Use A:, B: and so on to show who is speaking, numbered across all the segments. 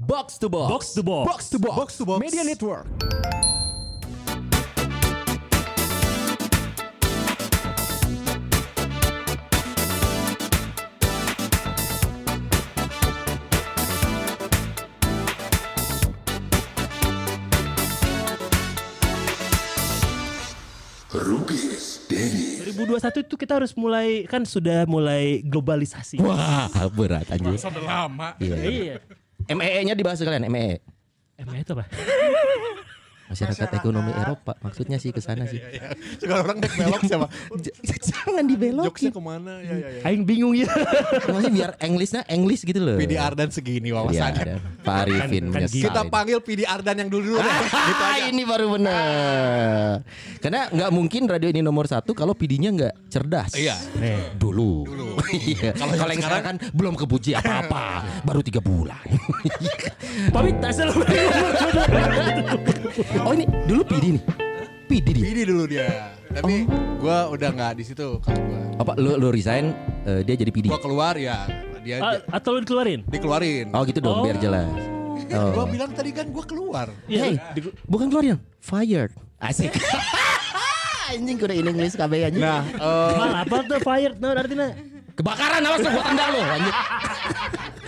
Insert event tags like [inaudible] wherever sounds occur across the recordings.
A: Box to box.
B: Box to box.
A: Box to box.
C: Box to box.
A: Media Network.
D: Rubies Dennis
B: 2021 itu kita harus mulai kan sudah mulai globalisasi.
A: Wah, Ah, berat anjir.
E: Masa udah lama.
B: Iya.
A: MEE-nya dibahas sekalian, MEE.
B: Emang itu apa?
A: Masyarakat ekonomi Eropa maksudnya sih ke sana sih.
C: Segala orang naik belok
A: [laughs]
C: siapa?
A: Jangan dibelokin.
C: Jokesnya kemana? Ya, ya, ya.
B: Aing bingung ya.
A: Maksudnya biar Englishnya English gitu loh.
C: PD Ardan segini
A: Ya,
C: wawasannya. gitu.
A: ada. Pak Arifin
B: Kan- kan
A: menyesal
C: Kita
A: ini.
C: panggil PD Ardan yang dulu dulu deh. Gitu
A: Ah,
C: aja.
A: ini baru benar. Karena nggak mungkin radio ini nomor satu kalau PD-nya nggak cerdas.
C: Iya.
B: Eh,
A: Dulu. Iya. Kalau yang sekarang kan belum kepuji apa-apa, baru tiga
C: [laughs]
A: bulan.
B: pamit [laughs] asal.
A: oh ini dulu PD nih. PD dia.
C: PD dulu dia. Tapi gua udah nggak di situ kalau gua.
A: Apa lu lu resign eh, dia jadi PD?
C: Gua keluar ya dia
B: Ah, Atau lu dikeluarin?
C: dikeluarin.
A: Oh gitu dong
B: Oh.
A: biar jelas.
C: Kan gua bilang tadi kan gua keluar.
B: Iya.
A: Hey, bukan keluarin, fired. Asik. [laughs] anjing kudu ini Inggris KB anjing.
C: Nah, eh,
B: Ah, apa tuh fired? Nah, artinya
A: Kebakaran awas lu gua tendang lu anjing. Eh,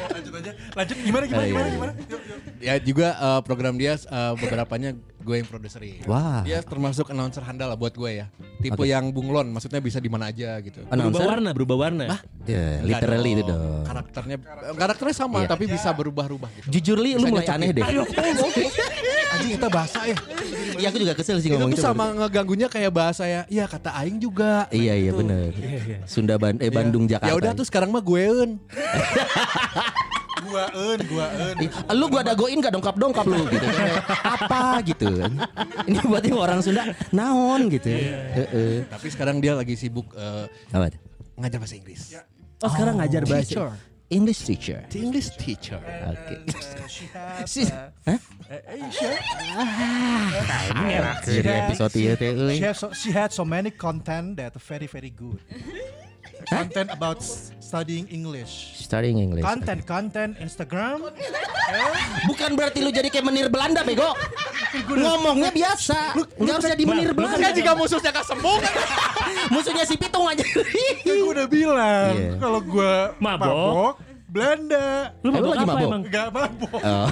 A: iya,
E: Lanjut aja. Lanjut gimana gimana
A: Ayo.
E: gimana gimana. Yuk, yuk.
C: ya juga eh, program dia eh, beberapanya gue yang produserin.
A: Wah.
C: Dia termasuk announcer handal lah buat gue ya. Tipe
A: Oke.
C: yang bunglon, maksudnya bisa di mana aja gitu.
B: berubah
A: Announcer.
B: warna, berubah warna.
A: Ya,
C: Nggak
A: literally
C: dong.
A: itu dong. Iya.
C: Karakternya eh, karakternya sama tapi bisa berubah-ubah gitu.
A: Jujur li, lu mulai aneh deh.
C: Anjing kita bahasa ya.
A: Iya, aku juga kesel sih
C: Itu
A: ngomong
C: tuh sama ngeganggunya kayak bahasa ya. Iya kata aing juga.
A: Iya iya bener Sunda Ban eh Bandung Jakarta.
C: Ya udah tuh sekarang mah gueun.
E: Gua en, gua en.
A: Ih, Lu gua dagoin gak dongkap dongkap lu gitu. Apa gitu. Ini buat yang orang Sunda naon gitu. Heeh.
C: Tapi sekarang dia lagi sibuk eh,
A: Apa tuh?
C: ngajar bahasa Inggris.
B: Oh, sekarang ngajar bahasa.
C: Ya, Teacher.
A: English teacher.
C: The English teacher.
A: Oke.
E: Sih.
A: Sis- Hah? Ah, Jadi episode ieu teh euy.
F: She, has so, she had so many content that very very
E: [laughs]
F: good. content about s- studying English.
A: Starting English.
F: Content, content, Instagram.
A: Bukan berarti lu jadi kayak menir Belanda bego. Ngomongnya biasa. Enggak harus jadi menir Belanda.
C: jika Ya, musuhnya kasembung.
A: Musuhnya si Pitung aja.
E: Gue Kan udah bilang
A: Iya.
E: kalau gue
B: Mabok.
E: Belanda
B: Lu
A: Eh, lu
B: mabok
A: lagi
B: apa
A: mabok?
B: emang?
E: nggak mabok.
A: [laughs] Oh.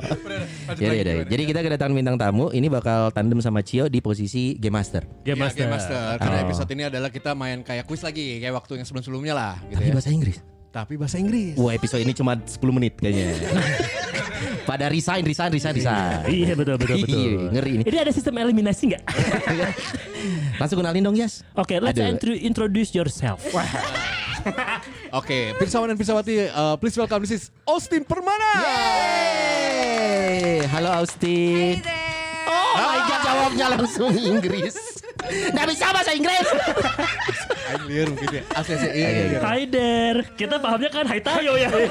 E: Udah, udah. Lanjut
A: Jadi,
E: lagi,
A: jadi,
E: gimana?
A: jadi kita kedatangan bintang tamu ini bakal tandem sama Cio di posisi Iya, game master.
B: Game
C: Ya,
B: master.
C: Game Master. Karena
A: Oh.
C: episode ini adalah kita main kayak kuis lagi, kayak waktu yang sebelum-sebelumnya lah gitu
A: Tapi
C: ya.
A: bahasa Inggris.
C: Tapi bahasa Inggris.
A: Wah episode ini cuma 10 menit [laughs] kayaknya. Pada resign, resign, resign, resign.
B: Iya betul betul betul.
A: Iya, ngeri ini.
B: Ini ada sistem eliminasi nggak?
A: [laughs] Langsung kenalin dong Yas.
B: Oke, let's
A: Aduh.
B: intro- introduce yourself.
C: Oke, Pirsawan dan Pirsawati, uh, please welcome this is Austin Permana.
A: Yeay. Halo Austin. Oh my god jawabnya langsung Inggris. Nggak bisa bahasa Inggris.
C: Aing liur mungkin ya. Asli asli. Iya, iya, iya.
B: Hi there. Kita pahamnya kan Hai Tayo ya.
A: Iya.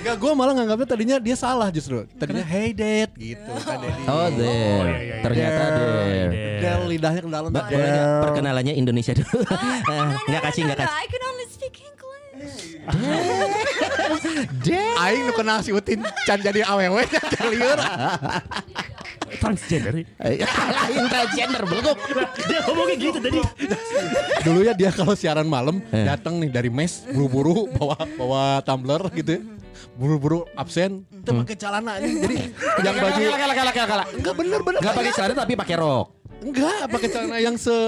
C: Enggak, gue malah nganggapnya tadinya dia salah justru. Tadinya hey dad gitu kan Dedi.
A: Oh there. Ternyata there.
C: Dia lidahnya ke dalam.
A: Mbak,
C: tak
A: boleh
C: boleh. ya.
A: nggak perkenalannya Indonesia dulu.
G: Ah,
A: [laughs] Nggak kasih, nggak kasih.
H: I can only speak English.
C: Aing nu kenal si Utin can jadi awewe nya [laughs] can liur.
B: Transgender.
A: [laughs] Lain transgender belum.
B: Dia ngomongnya gitu tadi.
C: Dulu ya dia kalau siaran malam datang nih dari mes buru-buru bawa bawa tumbler gitu. Buru-buru absen, itu pakai celana aja. Jadi yang baju
A: Kalah, kalah, kalah, kalah, kalah.
C: enggak bener-bener
A: Nggak pakai celana tapi pakai rok.
C: enggak pakai celana yang se [laughs]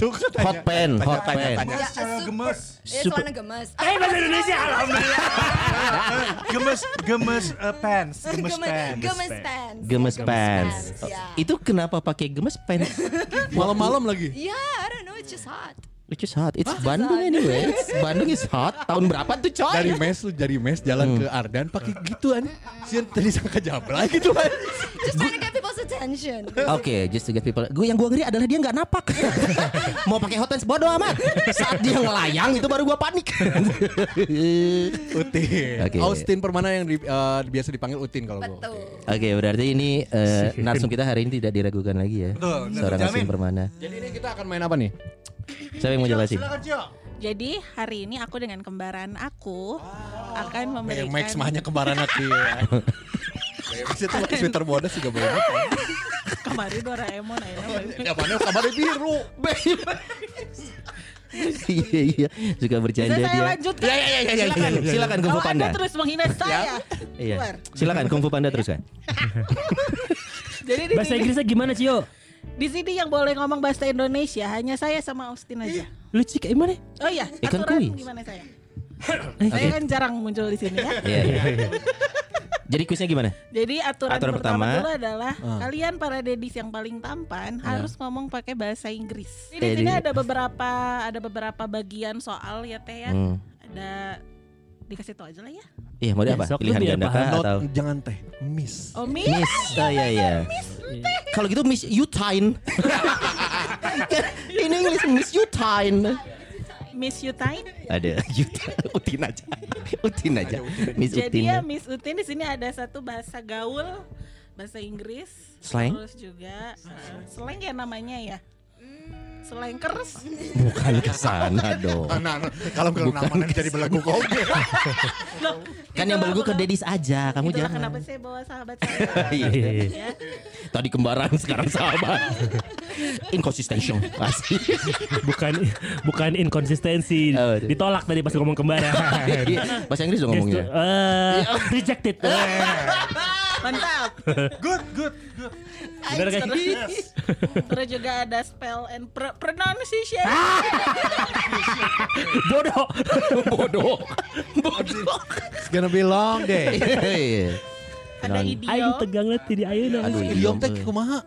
C: Tuh, katanya.
A: Hot pen, hot pen.
H: Ya,
F: Secara
H: super.
F: gemes,
H: Ya,
B: Super.
H: celana gemes.
B: Eh
G: Ah, [laughs]
B: bahasa Indonesia alhamdulillah.
E: Eh,
F: gemes, gemes uh, pants, gemes
H: Gemes,
F: pants.
H: gemes pants.
A: Gemes pants.
H: pants, ya.
A: Itu kenapa pakai gemes pants?
C: Malam-malam lagi.
H: Yeah, I don't know, it's just hot.
A: Which is hot. It's
H: hot.
A: Bandung anyway. It's Bandung is hot. Tahun berapa tuh coy?
C: dari mes lu dari mes jalan ke Ardan pakai gituan sian tadi sangka jabla gitu kan
H: Just trying to get people's
A: [laughs]
H: attention.
A: Oke, just to get people. Gue yang gue ngeri adalah dia nggak napak. Mau pakai hot pants bodo amat. Saat dia ngelayang itu baru gue panik.
C: Utin
A: Oke.
C: Austin Permana yang di- eh, biasa dipanggil Utin kalau gua
H: Betul.
A: Oke, berarti ini eh, narsum kita hari ini tidak diragukan lagi ya.
F: Betul,
A: Seorang
F: jamin.
A: asing permana.
C: jadi ini kita akan main apa nih
A: [laughs] Siapa yang mau jelasin?
F: Silakan Cio.
I: Jadi hari ini aku dengan kembaran aku akan memberikan
C: Max
I: [laughs]
C: mahnya kembaran hati [laughs] ya. Max itu pakai sweater bodas juga boleh ya. makan.
I: kemarin Doraemon akhirnya balik.
C: Ya mana kamarnya biru.
A: Iya iya suka bercanda
I: Bisa saya
A: dia.
I: lanjutkan?
A: Iya iya iya iya. Silakan silakan Kung Fu
I: Kalau
A: Panda. Ya.
I: Anda terus menghina saya.
A: Iya.
I: keluar.
A: Silakan Kung Fu Panda teruskan.
I: Jadi di,
B: Bahasa
I: sini-
B: Inggrisnya gimana Cio?
I: di sini yang boleh ngomong bahasa Indonesia hanya saya sama Austin aja.
B: Lu cik gimana?
I: Oh iya,
A: Ikan
I: aturan
A: kuis. Eh,
I: gimana saya? Saya
A: Oke.
I: kan jarang muncul di sini ya.
A: Iya iya. Jadi kuisnya gimana?
I: Jadi aturan,
A: Aturan
I: pertama,
A: pertama.
I: dulu adalah kalian para dedis yang paling tampan harus ngomong pakai bahasa Inggris. Jadi di
A: Jadi-
I: sini ada beberapa ada beberapa bagian soal ya teh ya.
A: Hmm.
I: Ada dikasih tau aja lah ya.
A: Iya mau dia apa?
B: Besok lu
A: Pilihan
B: biar
A: ganda kah
B: paham.
A: atau
C: Not, Oh, jangan teh, miss.
I: Omi,
A: Miss? Oh iya iya. Kalau gitu Miss [laughs] Utine. In English Miss Utine.
I: Miss Utain.
A: Ada [laughs] Utine. Utin [laughs] aja. Utin aja. Miss
I: Jadi
A: Utin.
I: ya Miss Utin di sini ada satu bahasa gaul, bahasa Inggris,
A: Slang?
I: terus juga uh, slang ya namanya ya. Slangkers.
A: Bukan ke [laughs] sana dong.
C: Nah, nah, kalau kalau namanya jadi belagu koge.
I: Loh,
A: Kan yang
I: itulah
A: belagu ke
I: kenapa-
A: Dedis aja, kamu
I: itulah
A: jangan. [laughs]
I: kenapa saya bawa sahabat saya.
A: Iya.
I: ya.
A: Tadi kembaran sekarang [laughs] sahabat. Inconsistention pasti.
B: Bukan bukan inkonsistensi.
A: Oh, aduh.
B: Ditolak tadi pas ngomong kembaran.
A: Iya, Bahasa Inggris dong ngomongnya.
B: Eh, rejected.
I: Mantap.
E: Good, good, good.
B: Bener
G: uh,
B: kan?
I: Terus juga ada spell and pr- pronunciation.
A: Ah,
B: Bodoh.
A: [laughs] Bodoh. [laughs] Bodoh.
C: [laughs] It's gonna be long day.
A: Iya,
I: ada
A: non-
B: Aing
I: idiom.
B: tegang lah tidak ayo
A: Aduh, idiom
C: Idiom teh
A: tuh.
C: kumaha?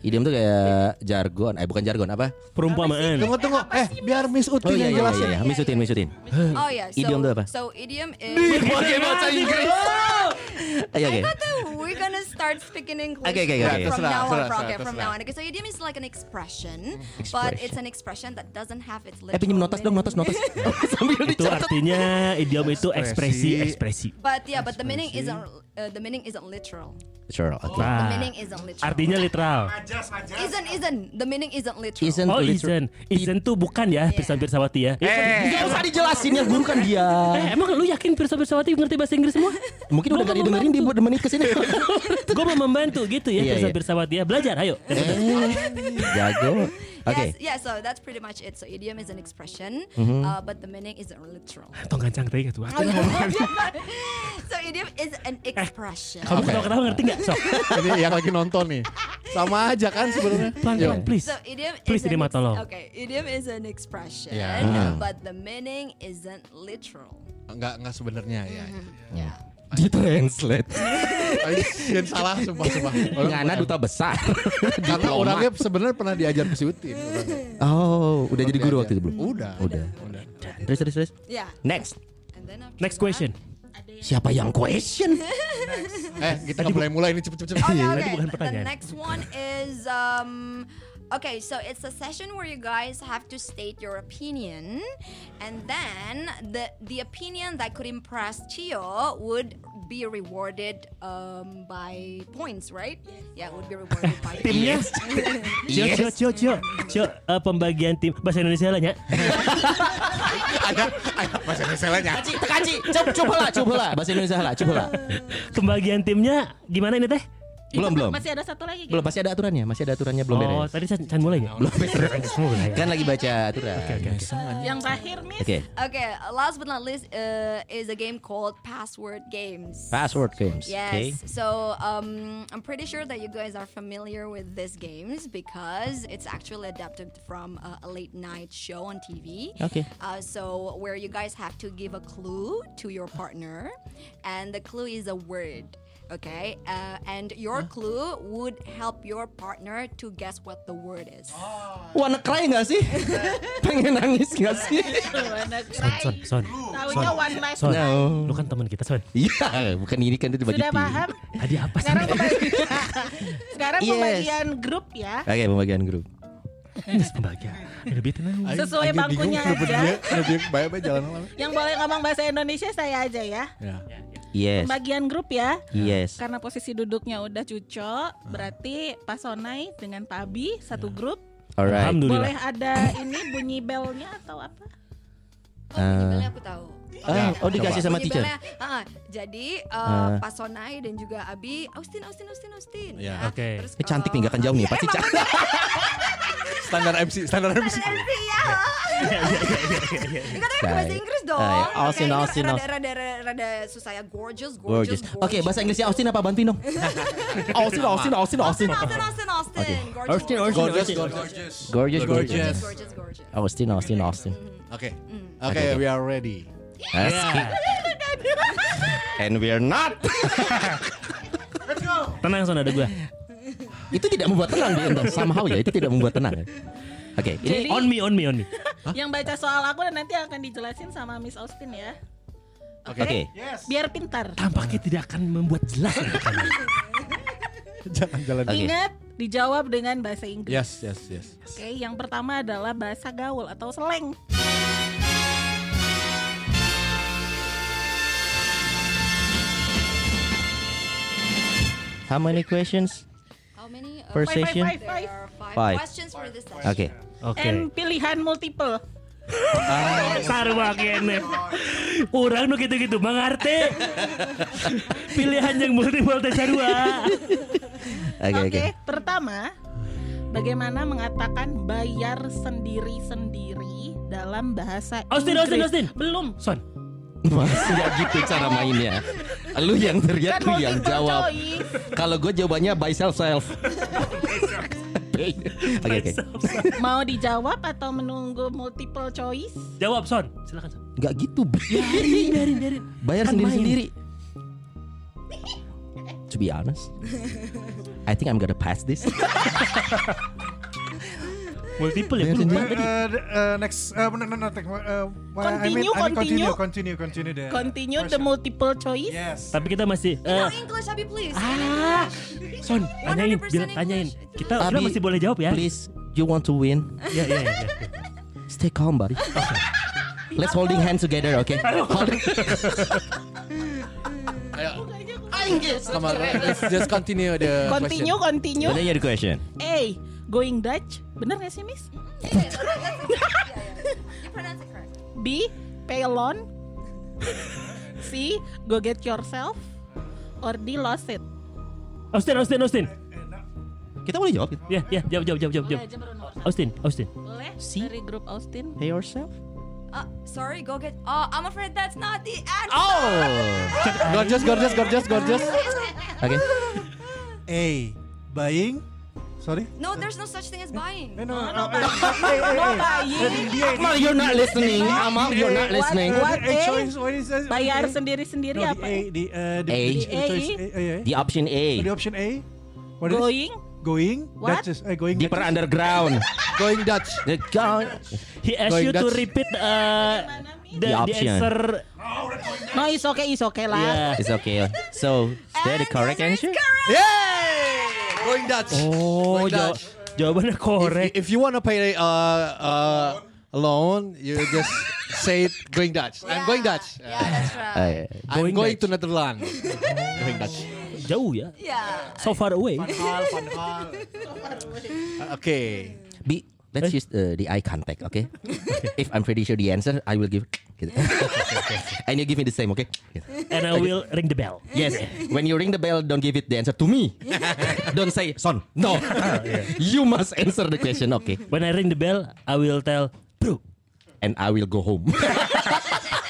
A: Idiom tuh kayak jargon, eh bukan jargon apa?
B: Perumpamaan.
C: Tunggu tunggu. Eh, biar Miss Utin yang jelasin.
A: iya, misutin, [laughs] misutin.
G: Oh yeah. So,
A: Idiom tuh apa?
G: So idiom is.
A: Pakai bahasa Inggris. Ayo, oke.
G: I thought that we're gonna start speaking English
A: Okay, okay, okay.
G: from
C: Terserah,
G: now on.
C: terserah,
G: From,
C: terserah,
G: from now on. Okay, so idiom is like an expression, but it's an expression that doesn't have its
A: Mm.
G: literal
A: Eh pinjem notas dong,
G: meaning.
A: notas, [laughs] notas. Sambil
B: Itu
A: dicatat.
B: artinya idiom itu ekspresi ekspresi.
G: But yeah, but the meaning isn't uh, the meaning isn't literal.
A: Sure, oke.
G: The
B: Nah,
G: meaning isn't literal.
B: artinya literal.
E: Ajas, ajas.
G: isn't isn't the meaning isn't literal.
A: Isn't
B: Oh,
A: literal- Eh.
B: Izen. Izen tuh bukan ya Pirsa Pirsawati ya.
A: Gak usah dijelasin yang guru kan dia.
B: Eh, emang lu yakin Pirsa Pirsawati ngerti bahasa Inggris semua?
A: Mungkin udah
B: Gua
A: gak
B: mau
A: didengerin dia
B: membantu.
A: buat demenin kesini.
B: Gue mau membantu gitu ya
A: Iya,
B: Pirsa
A: iya.
B: Pirsawati ya. Belajar, ayo.
A: [laughs] Eh, Jago. Oke.
G: Yes, yeah, so that's pretty much it. So idiom is an expression,
B: Mm-hmm.
G: uh, but the meaning isn't literal. [laughs]
B: Tong gancang teh gitu.
G: so idiom is an expression.
B: Kamu ketawa-ketawa ngerti gak?
I: [laughs]
B: Sok,
C: Ini yang lagi nonton nih. Sama aja kan sebenarnya.
B: pelan-pelan please.
G: So idiom
B: Please,
G: is an
B: Irma,
G: ex-
B: tolong.
G: okay, idiom is an expression,
C: Yeah.
B: Mm-hmm.
G: but the meaning isn't literal.
C: Enggak enggak sebenarnya ya.
G: Yeah.
A: Di translate.
C: Yang salah sumpah sumpah.
A: Ngana duta besar.
C: Karena
A: Diploma.
C: orangnya sebenarnya pernah diajar ke si Utin.
A: [laughs] Oh, udah jadi guru waktu itu belum?
C: Udah.
A: Udah.
C: Udah.
A: Terus terus terus.
G: Yeah.
A: Next.
G: And then after
B: Next
G: that-
B: question.
A: Siapa yang question?
C: Eh, kita mulai mulai ini Iya. cepet cepet cepet.
G: Oh, yeah,
B: Tadi
G: okay.
B: bukan pertanyaan.
G: The next one is um okay, so it's a session where you guys have to state your opinion and then the the opinion that could impress Chio would be rewarded um by points, right? Yeah, would be rewarded by
B: [laughs]
G: points.
B: Timnya. Cio, cio, cio, cio. Cio, eh, pembagian tim. Bahasa Indonesia
I: [laughs]
B: lah ya.
C: Bahasa Indonesia
A: Kaci, tekaci. Coba coba lah, coba lah. Bahasa Indonesia lah, coba lah.
B: Pembagian timnya gimana ini teh?
A: Belum belum.
I: Masih ada satu lagi.
A: Belum pasti ada aturannya, masih ada aturannya belum
B: Oh,
A: beres.
B: tadi Chan Chan mulai ya? [laughs] Belum. mulai.
A: Kan lagi baca aturan.
I: Yang terakhir nih.
A: Oke.
G: Okay, uh, last but not least uh, is a game called Password Games.
A: Password games.
G: Yes.
A: Okay.
G: So um, I'm pretty sure that you guys are familiar with these games because it's actually adapted from a, a late night show on TV.
A: Okay.
G: Uh, so where you guys have to give a clue to your partner, and the clue is a word. Okay, uh, and your clue would help your partner to guess what the word is.
A: Uh, Wanna cry nggak sih? Pengen nangis nggak sih?
I: Wanna
B: Son,
I: cry.
B: son, son.
I: Taunya one life.
B: Son, lu kan teman kita,
A: Oh.
B: Son.
A: Iya, bukan ini kan itu dibagi
I: Sudah
A: tim.
I: paham?
B: Tadi apa sih?
I: Sekarang pembagi- Sekarang
A: Yes.
I: pembagian grup ya.
A: Oke, pembagian grup.
B: Yes, pembagian. Eh, Lebih tenang.
I: Sesuai bangkunya aja.
C: Lebih baik baik jalan malam.
I: Yang boleh ngomong bahasa Indonesia saya aja ya.
A: Yes.
I: Pembagian grup ya.
A: Yes.
I: Karena posisi duduknya udah cucok, berarti Pak Sonai dengan
A: Ya.
I: Pak Abi satu grup.
A: Alright.
B: Alhamdulillah.
I: Boleh ada ini bunyi belnya atau apa?
G: Oh, bunyi belnya aku tahu.
A: Ah, oh, dikasih sama
G: Bunyi
A: teacher? Uh.
G: belnya, ah, jadi eh, Pak Sonai dan juga Abi, Austin, Austin, Austin, Austin.
C: Iya.
G: Nah,
B: Oke.
G: terus uh,
A: Eh, cantik nih
G: kalau-
A: gak akan jauh nih pasti
G: emang
A: cantik.
C: Standar MC, standar MC. [laughs]
G: Iya. Enggak tapi pakai bahasa Inggris dong.
A: Ah, ya.
G: Makanya
A: Austin,
G: ini
A: Austin,
G: rada,
A: Austin.
G: Rada, rada, rada susah ya. Gorgeous, gorgeous,
A: Gorgeous. Oke, bahasa Inggrisnya Austin apa bantuin dong? Austin, Austin, Austin, Austin.
G: Austin, Austin, Austin, Austin.
A: Oke.
G: Gorgeous,
B: Austin,
G: gorgeous,
C: Gorgeous, gorgeous.
E: Gorgeous.
A: Gorgeous,
C: Gorgeous.
A: gorgeous.
G: gorgeous, gorgeous.
A: Austin, Austin, Austin.
C: Oke.
A: Oke,
C: Oke,
A: oke.
C: we are ready.
A: [laughs] Asik. And we're not.
B: Tenang son ada gue.
A: itu tidak membuat tenang di Enda. Somehow ya, itu tidak membuat tenang. Oke, ini
I: Jadi-
B: On me, on me, on me.
I: Yang baca soal aku dan nanti akan dijelasin sama Miss Austin ya.
A: oke.
I: Biar pintar.
B: Tampaknya tidak akan membuat jelas.
I: [laughs]
C: Jangan jalan.
A: Oke.
I: Ingat dijawab dengan bahasa Inggris.
C: Yes, yes, yes.
I: Oke, yang pertama adalah bahasa gaul atau slang.
A: How many questions?
G: How many? Uh,
A: Per
G: five,
A: session?
G: Five, five, five. There are five,
A: Five.
G: questions for this session.
A: Oke.
I: And
B: Oke.
I: pilihan multiple.
B: Sarwa kene. Orang nu gitu-gitu mengerti. Pilihan yang multiple teh sarua.
A: Oke, oke. [laughs]
I: Pertama, bagaimana mengatakan bayar sendiri-sendiri dalam bahasa
B: Austin,
I: Inggris?
B: Austin, Austin.
I: Belum.
B: Son,
A: Mas nggak gitu cara mainnya. Lu yang teriak,
I: Kan
A: lu yang
I: multiple
A: jawab.
I: choice.
A: Kalau gue jawabannya by self self. [laughs] Oke, oke.
I: Mau dijawab atau menunggu multiple choice?
B: jawab son. Silakan son.
A: Nggak gitu. Biarin, biarin, biarin. Bayar
B: Kan
A: sendiri sendiri. To be honest, I think I'm gonna pass [laughs] this.
B: Multiple
A: Bayar
B: ya belum.
A: sendiri.
E: Uh, uh, next, uh, no, no, no, take, uh, why- I mean, I mean,
I: Continue, continue.
E: continue, continue, continue the
I: Continue the
E: question.
I: multiple choice.
E: Yes.
B: Tapi kita masih
G: No
B: eh,
G: English, Abi, please.
B: ah, Son, tanyain,
G: 100%
B: bilang tanyain.
G: English.
B: Kita udah
A: Abi,
B: masih boleh jawab ya.
A: Please, you want to win?
B: Ya, ya, ya. ya.
A: Stay calm, buddy. Let's holding hands together, oke? Holding-
C: Come on, let's just continue the
I: [laughs] Continue,
C: question.
I: continue.
A: Tanya the question.
I: Eh, going Dutch. Bener gak sih, Miss?
G: Yeah, yeah, yeah. You pronounce it correct.
I: B. Pelon. C. Go get yourself. Or D. Lost it.
B: Austin, Austin, Austin.
A: Kita boleh jawab. gitu.
B: Ya, ya, jawab, jawab, jawab, jawab.
I: aja baru nomor satu.
B: Austin, Austin.
I: Boleh?
A: Si.
I: Eh, Dari grup Austin.
A: Pay yourself.
G: Uh, sorry, go get. Oh, I'm afraid that's not the answer.
A: Oh!
G: [laughs]
I: Oh.
C: Gorgeous, gorgeous, gorgeous, gorgeous.
A: Oke.
F: A. Buying. Sorry.
G: No, there's no such thing as buying.
E: No, no,
I: Ah,
E: no, uh, [laughs] hey, hey, hey. India,
A: Amal, you're not listening. Amal, you're not listening.
I: What
E: A
I: A?
E: choice, what is that?
I: Bayar
E: Okay.
I: sendiri-sendiri
E: No, the
I: apa?
E: A, the, uh, the,
A: A.
E: the
I: The A.
E: choice A, A, A.
A: Di option
E: So the
A: A.
E: option A. What is
I: Going.
E: Going.
I: What?
E: That's just, uh, going.
A: Deeper underground.
C: Going Dutch.
A: The count.
B: He asked
C: Going
B: you to
C: Dutch.
B: repeat uh, the,
A: The
B: the,
A: option.
B: answer.
I: No, it's okay, it's okay lah.
B: Yeah.
A: Ah, It's okay. So, is that the correct answer?
C: Yay! Going Dutch.
B: Oh,
C: Going
B: jaw-
C: Dutch.
B: jawabannya korek.
C: If, if you want to pay uh, uh, alone, you
G: [laughs]
C: just say it going Dutch. I'm going Dutch.
G: Yeah, that's right.
A: Eh,
C: I'm
B: Going
C: going,
B: Dutch.
C: to Netherlands. [laughs] going Dutch.
B: Jauh ya.
G: Yeah.
B: So far away.
C: Uh, Okay.
A: B. Let's use uh, the eye contact,
I: [laughs]
A: okay? If I'm pretty sure the answer, I will give. [laughs] Gitu. And you give me the same, okay? Gitu.
B: And I will ring the bell.
A: Yes. When you ring the bell, don't give it the answer to
I: [laughs]
A: me. don't say son. No. you must answer the question, okay?
B: When I ring the bell, I will tell, bro.
A: And I will go home.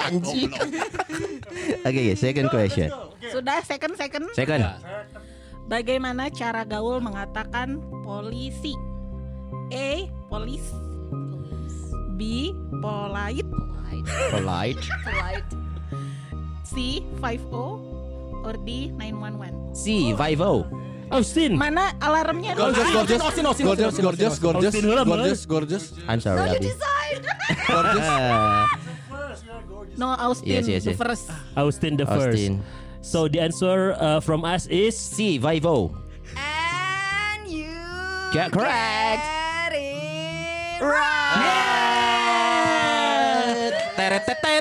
A: Anjing. okay, okay, second question.
I: Sudah second second.
A: Second.
I: Bagaimana cara gaul mengatakan polisi? A. Police. B. Polite.
A: Polite.
G: Polite.
I: C. 50 or D 911.
A: C. Five O.
B: Austin.
I: Mana alarmnya?
C: [laughs] Gorgeous, gorgeous,
A: Austin, Austin,
C: gorgeous,
A: Austin,
C: gorgeous, gorgeous,
B: Austin, Austin.
C: gorgeous, gorgeous,
A: I'm sorry,
G: You
A: Abi.
G: decide.
C: gorgeous.
A: Uh,
I: No Austin
A: Yes, yes, Ah. yes.
I: the first.
B: Austin the
A: Austin.
B: first. So the answer uh, from us is
A: C. Five O.
G: And you.
A: Get correct.
G: Get it right.
A: Teretetetet.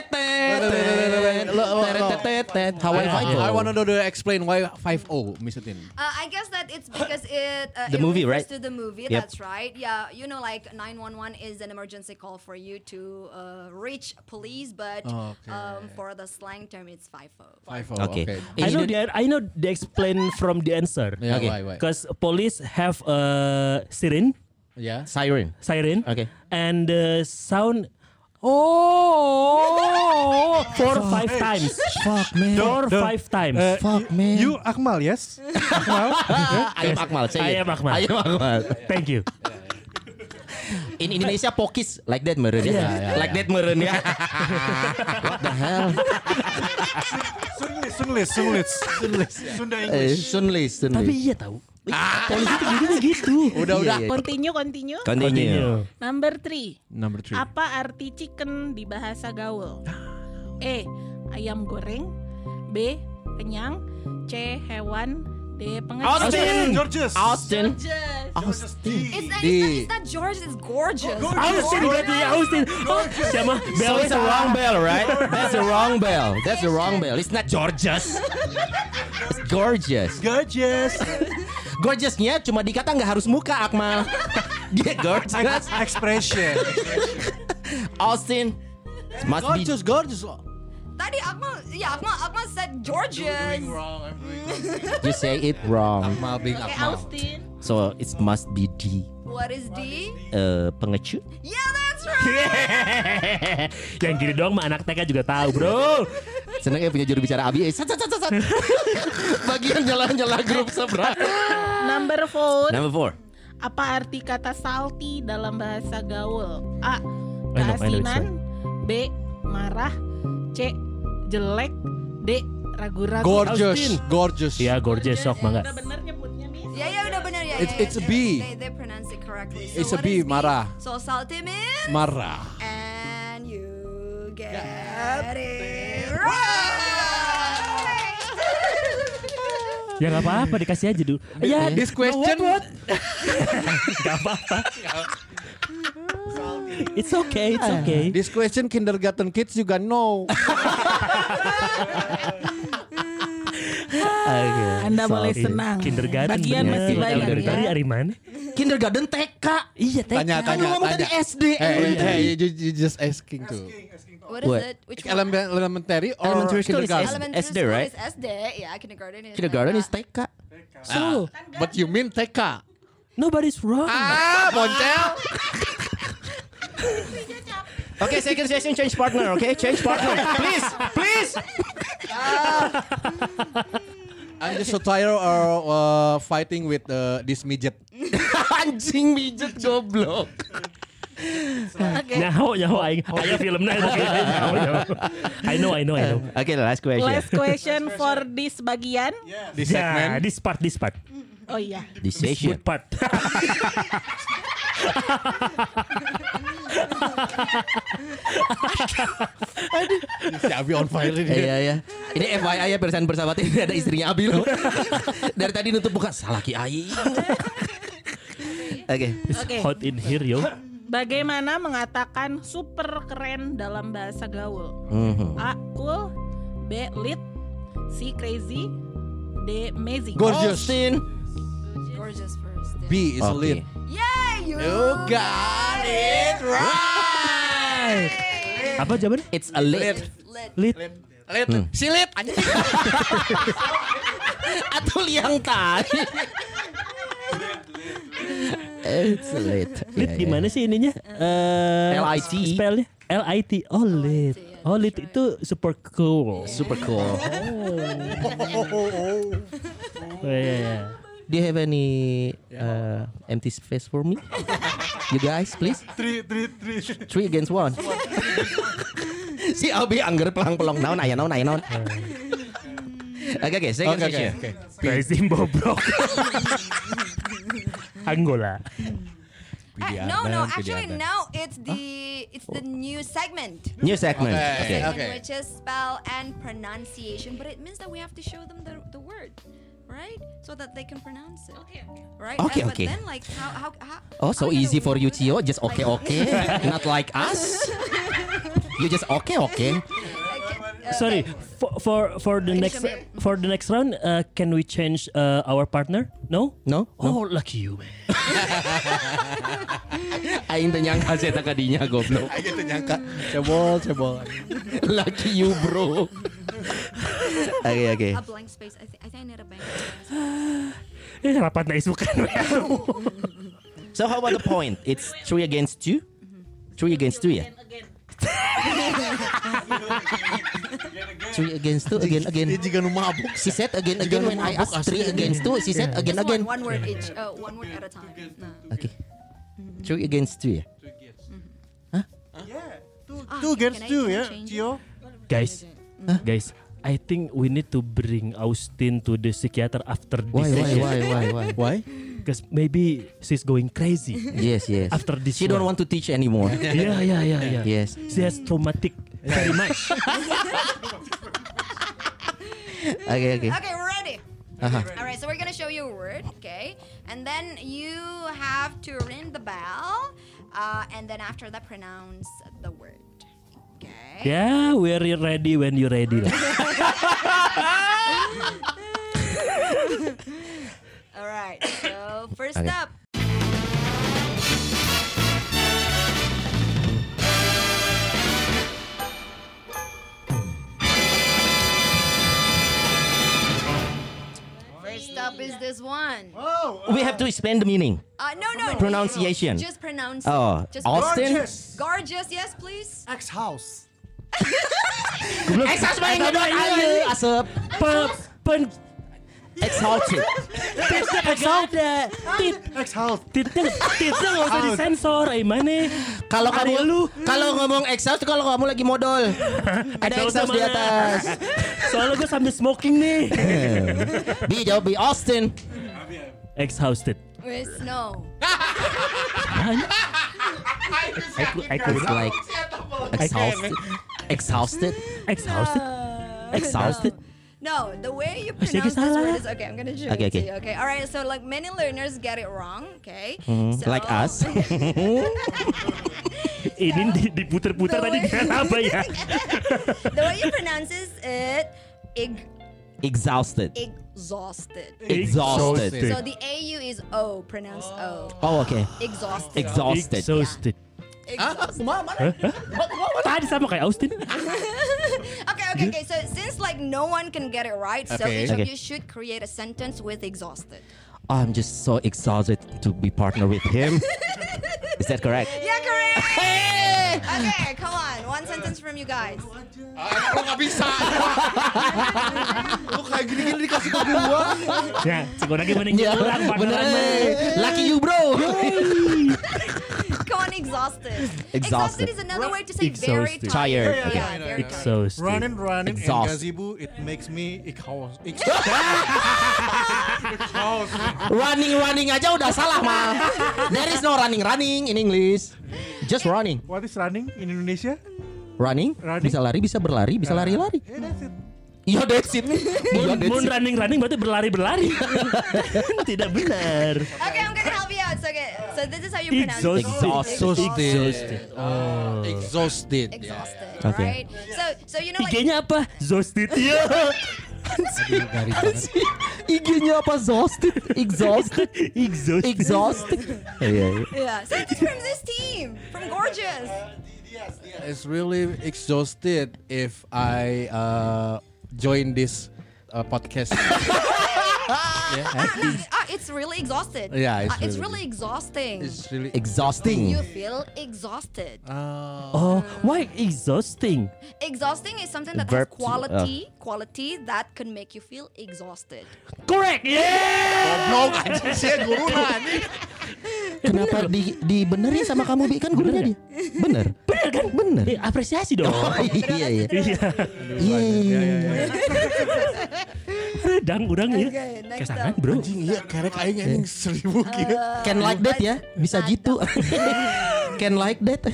A: Hawaii Five-O.
C: oh? I want to explain why oh, 5-0 Misutin.
G: Uh, I guess that it's because it uh,
A: The
G: it
A: movie,
G: refers
A: right?
G: To the movie,
A: Yep.
G: that's right. Yeah, you know, like 911 is an emergency call for you to uh, reach police, but
C: Okay.
G: um, for the slang term, it's FIFO.
C: 5-0.
A: Oke.
C: oh, Okay.
B: I know the I know they explain from the answer.
C: Yeah,
A: Okay.
C: why, why?
B: Because police have a siren,
C: Yeah.
A: Siren.
B: siren.
A: Okay.
B: And the sound oh four five times.
A: Fuck man.
B: Four
F: Don't-
B: five times.
F: Uh,
A: Fuck
F: you-
A: man.
F: You Akmal,
I: [laughs]
F: yes? Akmal?
A: [laughs] Ayam Akmal. say it.
B: Ayam Akmal.
A: Ayam Akmal.
B: Thank you.
A: In Indonesia pokis like that meren ya.
B: Yeah,
A: like that meren
B: [laughs]
A: ya. What the hell?
E: Sunlis, sunlis, sunlis. Sunlis. Sunda
A: Eh,
E: English.
A: Sunli, Sunli.
B: Tapi iya tahu.
F: Ah.
A: polisi tuh jadinya gitu. Udah,
C: Iya,
A: udah.
I: Continue, continue.
A: Continue.
I: Number three.
C: Number three.
I: Apa arti chicken di bahasa gaul? E. Ayam goreng B. Kenyang C. Hewan D. Pengecut
A: Austin.
E: Georges.
A: Austin.
I: Just.
E: D.
G: It's, not-
A: Di-
G: it's, not, it's not George, it's gorgeous.
B: Austin berarti Austin. Oh, siapa?
A: So
B: Bell
A: it's a wrong bell, right? [laughs] That's a wrong bell. That's a wrong bell. It's not gorgeous. It's gorgeous.
E: Gorgeous.
A: Gorgeousnya cuma dikata nggak harus muka, Akmal. [laughs] Get gorgeous.
E: Expression.
A: Austin. Must be
C: Gorgeous, gorgeous.
G: Tadi Akmal, yeah, Akmal, Akmal said gorgeous.
A: you say it wrong.
C: Akmal being
I: Oke,
C: Akmal.
I: Austin
A: So it must be D.
G: What is D?
A: Eh, pengecut.
G: Yeah, that's right.
B: Yang gini dong mah anak TK juga tahu, Bro.
A: Seneng ya punya juru bicara Abi. Eh, sat, sat, sat, sat, [laughs] sat. Bagian nyala-nyala grup sebelah.
I: Number four
A: Number four.
I: Apa arti kata salty dalam bahasa gaul? A.
B: I know, I know, it's
I: Keasinan B. Marah C. Jelek D. Ragu-ragu Ya,
C: Gorgeous, gorgeous.
B: Iya, gorgeous sok mangga.
I: Udah bener nyebutnya Miss
G: Yeah, yeah, udah bener ya.
C: It's-
G: ya, ya,
C: it's a
G: they-
C: B.
G: They, they pronounce it correctly.
C: It's a
G: what is
C: B, marah.
G: So salty means
C: Marah.
G: and you get it right.
B: Ya nggak apa-apa dikasih aja dulu. Ya,
C: This question.
B: nggak apa-apa. It's okay, it's okay.
C: This question kindergarten kids juga know.
A: Iya.
I: Anda boleh
B: Sorry.
I: senang
B: Kindergarten.
I: Bagian
B: bener.
I: masih banyak
B: Kindergarten
I: ya.
B: dari mana?
A: Kindergarten TK. Iya, TK.
C: Tanya,
A: Kan lu
C: tanya,
A: ngomong
C: tanya.
A: tadi Iya. SD.
C: Hey,
A: elementary.
C: hey, you, you just asking too.
E: oh,
G: What is
A: What?
G: it? Which one?
C: Elemen- Elementary or
A: Elementary school is
C: kindergarten?
G: Elementary
A: SD,
G: school
A: right?
G: is SD. Yeah, kindergarten is
A: Kindergarten
G: like
A: is TK.
B: So,
C: Ah, But you mean TK?
B: nobody's wrong.
C: Ah, boncel.
A: Oke, second session change partner, oke? Change partner. Please, please.
C: I'm just so tired of uh, fighting with uh, this midget.
A: [laughs] Anjing mijet goblok.
B: Nyaho, nyaho aing. Aya filmnya itu kayaknya nyaho, nyaho. I know, I know, I know.
A: Oke, the last question.
I: Last question for this bagian
C: This
B: Ya,
C: segment.
B: this part, this part.
I: Oh iya
A: This session.
B: Good part.
C: si Abi on fire ini.
A: Iya, iya. Ini FYI ya persan bersahabat ini ada istrinya Abi loh. [laughs] Dari tadi nutup buka salah ki [laughs] ai. Oke.
B: It's
I: Oke.
B: hot in here, yo.
I: Bagaimana mengatakan super keren dalam bahasa gaul?
A: Mhm.
I: A. Cool B. Lit C. Crazy D. Amazing Oh.
C: Gorgeous.
A: Justin.
G: Gorgeous first.
C: B is a lead.
A: Oke.
G: Yeah, you.
C: got it right.
B: Apa jawabannya?
A: It's a lit.
G: Lit.
B: Lit.
C: Lead. Silip [laughs] anjing.
A: Atau liang tadi. It's a lit. Ya,
B: Lit gimana sih ininya? Eh,
A: LIT.
B: Spellnya L-I-T. Oh, lit. Oh, lit itu super cool.
A: Super cool.
C: oh,
B: Oh, iya, iya.
A: Do you have any uh, empty space for me? you guys, please.
E: Three, three, three.
A: Three against one. si Abi angger pelang-pelong naon aya naon aya naon. Oke oke, saya
C: Oke oke oke.
B: Crazy [laughs] bobrok. Angola.
G: Uh, no, no. Actually, now it's the it's the new segment.
A: New segment.
C: Oke,
A: Oke.
C: oke.
G: Segment Which is spell and pronunciation, but it means that we have to show them the, the word, right? So that they can pronounce it. Okay. Right.
A: Okay,
G: And-
A: okay.
G: But then, like, how how how?
A: Oh, so
G: how do
A: easy
G: we
A: for
G: do
A: you,
G: that? [laughs]
A: Cio. Just okay, okay. Not like us. You just okay, okay.
G: Like,
B: sorry for for, for the
G: Ini
B: next
G: kami-
B: for the next round uh, can we change uh, our partner no
A: No?
B: [laughs] oh lucky you man
A: Aing teu nyangka sih eta ka dinya goblok.
C: Aja tuh Gitu nyangka cebol cebol.
A: [laughs] Lucky you bro. Oke oke.
G: A blank space. I think I think I need a blank
B: eh
G: space.
B: rapat na isukan
A: So how about the point? It's three against two? Three against two ya? Three against two again again.
C: Dia jika nu mabuk.
A: She said again again when I asked three against two. She said again
G: Just
A: again.
G: one, one word each. Uh, one word at a time. No.
A: Oke. Three against two ya?
E: Two against
G: Ah, Can I-
E: two
G: can I
E: ya,
G: change
E: Cio.
B: [laughs] guys guys I think we need to bring Austin to the psychiater after this
A: Why why
B: session.
A: why why why?
C: Why?
B: Because maybe she's going crazy.
A: [laughs] Yes yes.
B: After this
A: she don't
B: one.
A: want to teach anymore.
B: [laughs] yeah, yeah, yeah, yeah.
A: Yes.
B: She has traumatic very much.
A: Oke oke.
G: Okay, we're ready.
A: Uh-huh.
G: All right, so we're gonna show you a word, okay? And then you have to ring the bell, uh, and then after that, pronounce the word. Okay.
B: yeah, we're ready when you're [laughs] ready. lah.
G: All right.
A: [coughs]
G: So first
A: Okay.
G: up, first up is this one. Uh,
A: We have to explain the meaning.
G: no, no, no.
A: Pronunciation.
G: Just pronounce. it.
A: Oh,
G: Just
A: Austin.
G: Gorgeous, yes, please.
F: X house.
A: Exhaust main ngedot aja asep.
B: Pe- pen
A: Exhausted.
B: titnya kagak ada. Tit-
F: X house.
B: Titnya titnya nggak usah disensor, eh mana?
A: Kalau kamu
B: Ariel lu.
A: kalau ngomong exhaust kalau kamu lagi modal. Ada
B: Exhaust
A: exhaust di
B: mana?
A: atas.
B: Soalnya gue sambil smoking nih.
A: Bi jawab Bi Austin.
B: Exhausted.
G: With snow.
B: Aku aku
A: It's like exhausted. Exhausted.
B: exhausted.
G: Ah. [laughs]
A: Exhausted.
G: Uh,
A: Oh,
G: No, the way you
B: Masih
G: pronounce this
B: salah.
G: word is okay. I'm gonna show
A: Okay,
G: it to
A: okay.
G: you. Okay, all right. So like many learners get it wrong. Okay, so,
A: Mm-hmm. Like us.
B: Ini di- diputer-puter tadi dia apa ya?
G: [laughs] the way you pronounces it, ig-
A: Exhausted.
G: exhausted.
A: Exhausted.
G: So the au is o, pronounced o.
A: Oh oke.
G: Exhausted.
A: Exhausted.
B: Exhausted.
C: Ah,
G: Exhausted.
B: Tadi sama kayak Austin.
G: [laughs] okay, okay, okay. So since like no one can get it right, so
C: Okay.
G: each of
A: Okay.
G: you should create a sentence with exhausted.
A: I'm just so exhausted to be partner with him. Is that correct?
G: Yeah, correct. okay, come on. One sentence from you guys.
C: Ah, Lo nggak bisa. Lo kayak gini-gini dikasih ke gua.
B: Ya, sekarang gimana
A: Iya,
B: nyerang
A: bener.
B: partneran mah.
A: Lucky you bro.
G: Come on, exhausted.
A: Exhausted.
G: is another way to say very
B: Exhausted.
A: Tired.
G: tired.
A: Okay.
G: Yeah, very tired.
B: Exhausted.
F: Running, running, in
A: Exhaust.
F: gazebo. It makes me X [laughs] house. X
A: running running aja udah salah mah. There is no running running in English. Just running.
F: What is running in Indonesia?
A: Running, Nah.
F: Running.
A: bisa lari, bisa berlari, bisa lari-lari. Iya that's [laughs] it. Iya
B: Moon,
A: that's it.
B: running running berarti berlari berlari. [laughs] Tidak benar.
G: Okay, I'm gonna help you out. So, okay, so this is how you pronounce
B: Exhausted.
G: it.
C: Exhausted. Ah, Exhausted. Ya, ya.
G: Exhausted.
A: Okay.
G: Right. So, so you know, like
B: IG-nya apa? Exhausted. Iya.
A: IG-nya apa exhausted? Exhausted.
B: Exhausted.
A: Exhausted. Iya. iya.
G: yeah, sentence from this team, from Gorgeous.
C: It's really exhausted if I uh, join this uh, [laughs] podcast.
G: Ah, no,
C: eh?
G: ah, it's really exhausted.
C: Yeah, it's
G: Ah, it's
C: really-
G: really exhausting.
C: It's really
A: Exhausting.
G: you feel exhausted.
C: uh,
B: Oh, why exhausting?
G: Exhausting is something that
A: Verb
G: has
A: to-
G: quality, quality that can make you feel exhausted.
B: Correct. Yeah.
C: goblok anjing sih guru lah anjing.
A: Kenapa di dibenerin sama kamu Bi kan gurunya dia? Bener. Bener kan? Bener.
B: Eh, apresiasi dong.
A: Iya iya.
B: Iya.
A: Iya.
B: Redang udang ya.
A: Eh,
G: Okay, next
B: Kesangan,
G: up.
B: Bro.
C: Anjing iya karek aing anjing seribu gitu.
A: Can like that ya? Bisa gitu. [laughs] Can like that.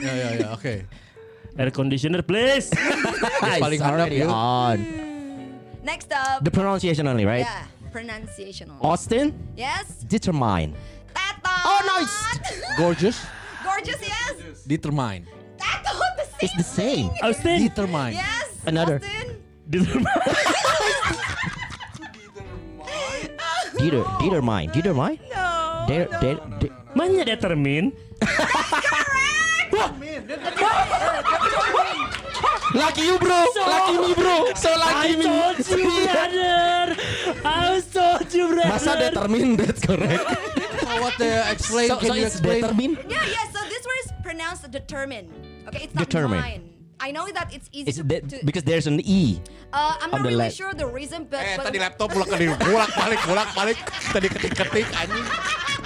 C: Ya ya ya oke.
B: Air conditioner please.
C: paling
A: It's
C: harap
A: already
C: ya.
A: on.
G: Next up.
A: The pronunciation only, right?
G: yeah, pronunciation. only.
A: Austin,
G: Yes.
A: determine.
G: Tato.
A: Oh,
G: [laughs]
A: nice.
C: Gorgeous
G: Gorgeous, yes.
C: determine.
G: Tato, the same.
A: It's the same.
B: Austin.
C: Determine.
G: Yes.
A: another. [laughs]
G: Austin?
A: Deter, determine, determine.
G: No.
A: Der, der, der.
B: Mana determine?
A: Lucky you bro, lucky me bro, so lucky
B: I
A: me.
B: told
A: [laughs]
B: you brother. I told you brother.
A: Masa determine, that's correct.
C: So what they explain,
A: So, so
C: can you
A: it's
C: explain?
A: determine.
G: Yeah, yeah. So this word is pronounced determine. Okay, it's not
A: Determine.
G: mine. I know that it's easy
A: It's
G: to,
A: de-
G: to-
A: because there's an e.
G: uh, I'm
A: on
G: not
A: the
G: really
A: left.
G: sure the reason, but,
C: Eh,
G: but
C: tadi laptop bolak
G: [laughs]
C: balik, bolak balik, bolak balik, tadi ketik ketik anjing,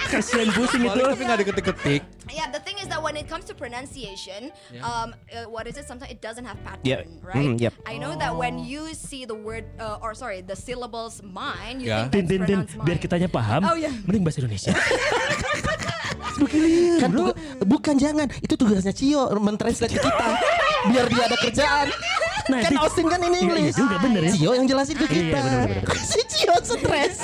B: kasihan
A: Gitu.
B: pusing itu.
C: balik tapi nggak diketik ketik.
G: yeah, the thing is that when it comes to pronunciation, um, uh, what is it? Sometimes it doesn't have pattern,
A: Yeah. Mm,
G: right?
A: yep.
G: I know that when you see the word uh, or sorry, the syllables mine, you
C: Yeah.
B: Tin
G: think that's
B: tin tin
G: pronounced mine.
B: biar kitanya paham.
G: Oh, iya.
B: Mending bahasa Indonesia.
A: Kan tuga- bukan jangan, itu tugasnya Cio mentranslate ke kita biar dia ada kerjaan.
B: Nah,
A: kan
B: itu-
A: Austin kan ini
B: Iya, iya
A: English.
B: juga, bener ya.
A: Cio yang jelasin ke
B: Iya,
A: kita.
B: bener, bener, bener.
A: si Cio stres.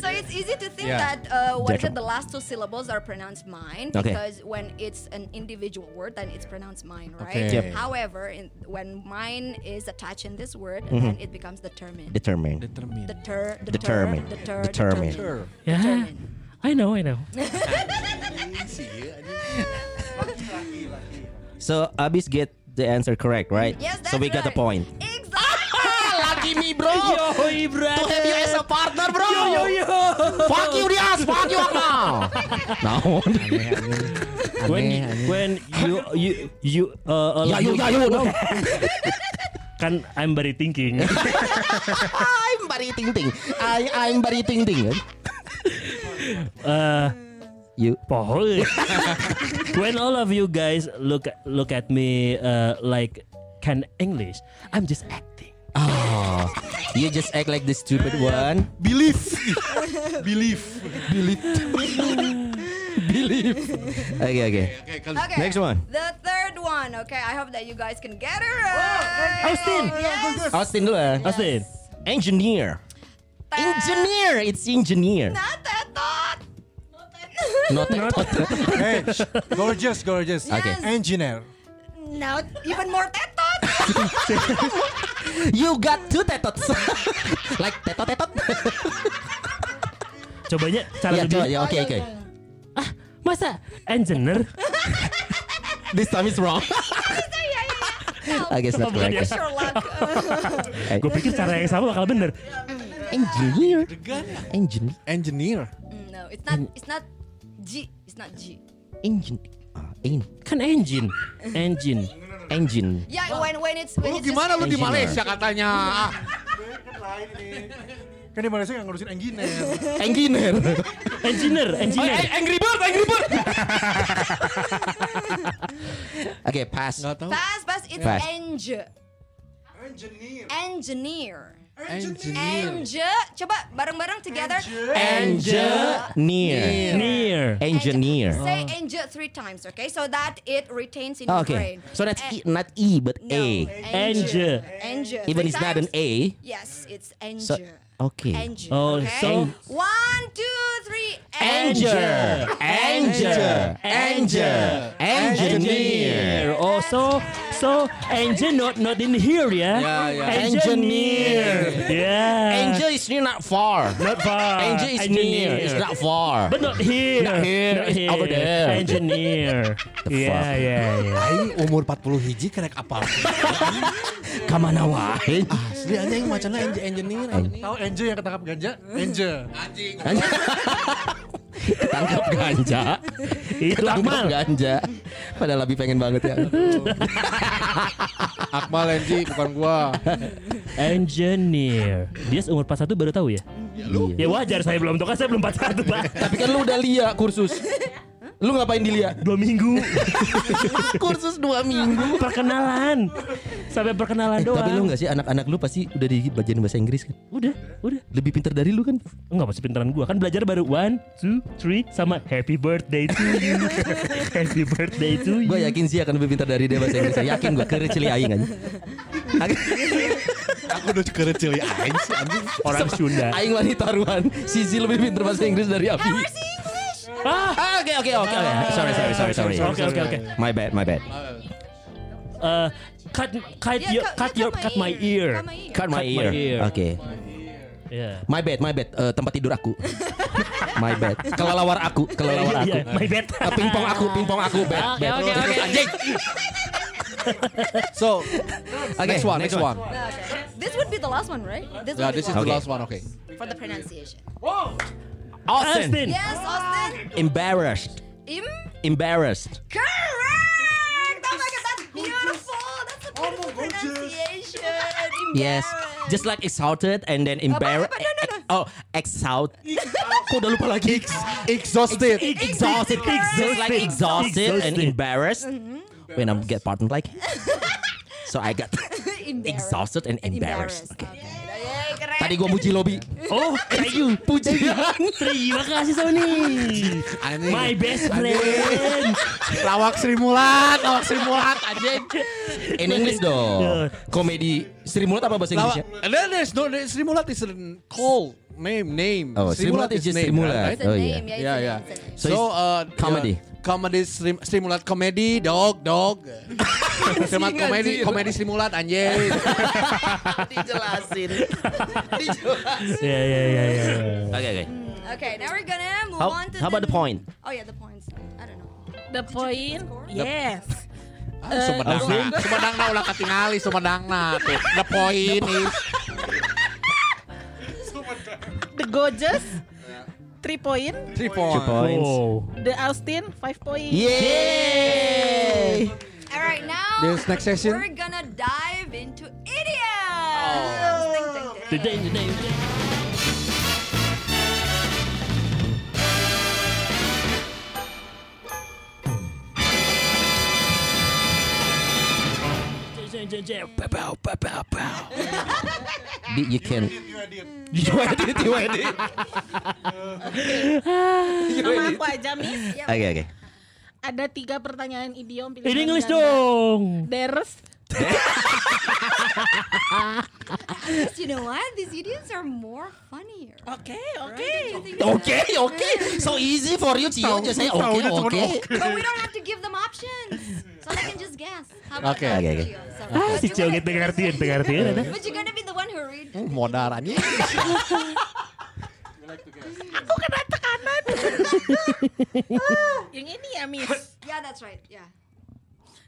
G: So it's easy to think
C: Yeah.
G: that uh, what is
A: Definitely.
G: it, the last two syllables are pronounced mine
A: Okay.
G: because when it's an individual word, then it's pronounced mine, right?
C: Okay. Yep.
G: However, in, when mine is attached in this word,
A: Mm-hmm.
G: then it becomes determined.
A: Determine.
G: Deter, deter,
A: Determined.
G: deter,
A: Determined.
G: determined.
B: ya. I know, I know.
A: So abis get the answer correct, right?
G: Yes, that's
A: so we got the
G: right.
A: point. [laughs]
G: Exactly.
A: Lucky me bro.
B: Yoi,
A: To have you as a partner bro.
B: Yo yo yo.
A: Fuck you Dias, fuck you Akmal. Naon?
C: Iya,
B: When when you you you uh,
A: Ya
B: allow-
A: yo ya yo. no.
B: kan I'm very thinking.
A: [laughs] I'm bari ting ting. I I'm bari ting ting.
B: Eh,
A: You
B: Pohol. When all of you guys look look at me uh, like can English, I'm just acting.
A: Oh, you just act like the stupid [laughs] one.
C: Believe, believe, believe.
A: Believe. Okay, okay.
G: Okay.
A: Next one.
G: The third one. Okay, I hope that you guys can get it right.
B: Austin.
G: Yes.
A: Austin dulu ya.
B: Austin.
A: Engineer. Engineer. It's engineer.
G: Not that thought. [laughs]
A: Not.
F: Hey, gorgeous, gorgeous.
A: Okay.
F: Engineer.
G: Now even more that
A: [laughs]
G: thought.
A: You got two tetots. [laughs] like tetot tetot.
B: Cobanya cara
A: Ya
B: lebih.
A: coba ya oke
G: [laughs]
A: oke.
B: Masa engineer?
A: This time is wrong. I guess not
B: Bukan
A: correct.
B: ya.
G: Your
A: [laughs]
G: luck. Um,
B: Gue pikir cara yang sama bakal bener.
A: Engineer. Engineer.
C: Engineer,
G: No, it's not. It's not G. It's not G.
A: Engine. Ah, en-
B: Kan engine, engine.
A: Engine.
G: Yeah, when when it's when
C: lu
G: it's
C: gimana lu di
A: Engineer.
C: Malaysia katanya? Ah,
F: Kan di Malaysia nggak ngurusin engineer.
A: Engineer.
B: Engineer, engineer.
A: Angry Bird, Angry Bird. Oke, pass.
C: nggak tahu.
G: Just fast, fast. It's
A: Fast.
G: eng.
E: Engineer.
G: Engineer.
C: Engineer,
G: Eng. Coba bareng-bareng together. Uh,
A: Engineer.
B: Near.
A: Engineer.
G: Say eng three times, okay? So that it retains in
A: Oh,
G: your
A: okay.
G: brain.
A: So that's
G: Eh,
A: e, not E but
G: no,
A: A.
B: Eng.
G: Eng.
A: Even it's not an A.
G: Yes, it's eng.
A: So okay.
G: Eng.
B: Oh,
G: okay?
B: so-
G: one, two, three. Eng.
A: Anger. Anger. Anger. Engineer.
B: Engineer. Oh, so so engine not not in here ya.
C: Ya, ya.
B: Engineer. Yeah.
A: Angel is near, not far.
B: Not far.
A: Angel is near. It's not far.
B: But not here.
A: Not here, it's over there. [laughs]
B: Engineer. yeah,
A: fuck?
B: yeah, yeah.
C: Aing umur 40 hiji kerek apa?
A: Kamana [laughs] wae.
C: Asli anjing macamnya engi- engineer, engineer.
F: Tahu engineer yang ketangkap ganja? Engineer.
C: Anjing.
A: Tangkap [laughs] ganja.
B: Itu
A: Tangkap
B: Akmal.
A: Ah, ganja. Padahal lebih pengen banget ya.
C: Akmal Enji bukan gua.
B: Engineer. Dia umur 41 baru tahu ya? Ya wajar saya belum tahu kan saya belum 41, Pak.
A: Tapi kan lu udah lia kursus. Lu ngapain di lia?
B: Dua minggu
A: kursus
I: [laughs]
A: dua minggu.
B: perkenalan. Sampai perkenalan
A: Eh,
B: doang.
A: Tapi lu nggak sih anak-anak lu pasti udah di bagian bahasa Inggris kan?
B: Udah, udah.
A: Lebih pintar dari lu kan?
B: Enggak masih pintaran gua kan belajar baru one, two, three sama happy birthday to you. [laughs] happy birthday to you.
A: Gue yakin sih akan lebih pintar dari dia bahasa Inggris. Yakin gue kerecili aing [laughs] aja.
C: Aku udah kerecil ya aing sih anjing.
B: Orang Sunda.
A: Aing wanita taruhan. Sisi lebih pintar bahasa Inggris dari Abi.
G: Where's the English?
B: Ah,
A: Ah, Oke oke oke oke. Sorry sorry sorry sorry.
B: Oke, oke, oke.
A: My bad my bad.
B: eh, cut cut
G: Yeah,
B: your cut, your cut my ear.
G: Cut my ear.
A: Cut my
B: Cut my
A: ear.
B: ear.
A: Oke.
B: Yeah.
A: My bad, my bad. Eh, tempat tidur aku. [laughs] my bad. Kelalawar aku, kelalawar aku.
B: Yeah, my bad.
A: Eh, pingpong aku, pingpong aku. Bad,
I: Oke,
A: bad.
I: oke, oke.
A: Ah, Anjing.
C: So,
A: Oke,
C: next one, next one.
G: This would be the last one, right? This
C: Yeah,
G: would be
C: this is
G: the last
A: Okay.
C: the last one, okay.
G: one for the pronunciation.
A: Austin.
B: Austin.
G: Yes, Austin.
A: Embarrassed.
G: Im-
A: Embarrassed.
G: Correct! Oh my god, that's beautiful! That's a beautiful pronunciation!
A: Yes.
G: Embarrassed.
A: Just like exalted and then embarrassed.
G: Apa, apa, no, no,
A: Oh, exhausted. Kok udah lupa lagi?
C: Exhausted.
A: exhausted. Just like exhausted and
B: Exhausted.
A: embarrassed.
G: Mm-hmm.
A: When I get partner
G: [laughs]
A: like. so I got
G: [laughs] Embarrassed.
A: exhausted and embarrassed. Oke.
G: Embarrassed. Okay. Yay, keren.
A: Tadi gua muji lobby.
B: Oh, thank you.
A: Pujian.
B: Terima kasih Sony.
C: Aneh.
B: My best friend.
C: Lawak Sri Mulat, lawak Sri Mulat anjing.
A: In English Eh, dong. Komedi Sri Mulat apa bahasa
C: Lawak.
A: Inggrisnya?
C: No, no, it's no, no, Sri Mulat is a call name, name.
A: Oh, Sri Mulat is just Sri Mulat.
G: It's a
A: Oh,
G: name,
A: yeah.
G: yeah, it's
C: Yeah,
G: a
C: yeah.
G: name, it's a name.
A: So
C: So,
A: it's
C: uh,
A: comedy.
C: yeah, comedy Sri, Sri Mulat comedy, dog, dog.
A: [laughs]
C: Sri Mulat comedy, comedy Sri Mulat
A: [laughs]
C: anjing.
A: Dijelasin.
B: Ya ya ya ya.
A: Oke, oke.
G: Okay, now we're gonna move
A: How,
G: on to
A: how about the point?
G: Oh yeah, the points. I don't know.
I: The point, yes.
C: Ah, Sumedangna, Sumedangna ulah katingali Sumedangna tuh. The point is
I: The gorgeous, three point.
C: three point.
A: [laughs] Points.
B: Oh.
I: The Austin, five point.
A: Yay!
G: All right, now
C: This next session? Oh.
G: we're gonna dive into idioms. Ding, ding,
A: [laughs]
B: Today,
G: ding.
B: today, today. Bow, bow, bow, bow.
A: Di- You can. You edit, you edit.
I: Sama aku aja, Miss.
A: Oke, oke.
I: Ada tiga pertanyaan idiom. pilihan
B: In English
I: ganda.
B: dong.
I: There's
G: You know what? These idioms are more funnier.
I: Oke, oke.
A: Oke, oke. So easy for you, Cio. Just say oke,
E: Taunya cuman
A: oke.
G: But we don't have to give them options. So they can just guess. How about
C: Okay.
G: that,
A: Okay, okay.
G: Gio? Sorry.
A: [laughs]
B: Ah,
G: But
B: si
G: you
B: Cio
G: gotta-
B: gitu ngertiin, ngertiin. ada.
G: But you're gonna be the one who read.
C: [laughs] Modar anjing.
I: Aku kena tekanan. Ah, Yang ini ya, Miss.
G: Yeah, that's right. Yeah.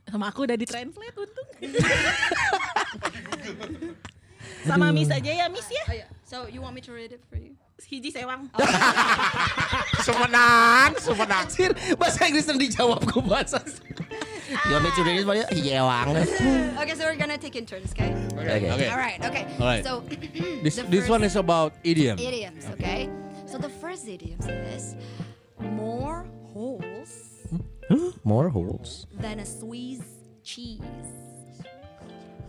I: Sama aku udah ditranslate untung. Sama Miss aja ya, Miss ya.
G: Oh, yeah. So you want me to read it for
C: [laughs]
G: you?
I: Hiji sewang.
C: Sumedang, Sumedang.
A: Anjir, bahasa Inggris yang dijawab gue bahasa. You want me to read it for you? Yewang.
G: Okay, so we're gonna take in turns, okay?
A: Oke.
C: Okay.
G: All right. Okay.
C: All right.
G: So [clears throat]
C: This
G: the
C: this
G: first
C: one is about idiom.
G: idioms, okay? So the first idiom is more holes
A: More holes.
G: than a Swiss cheese.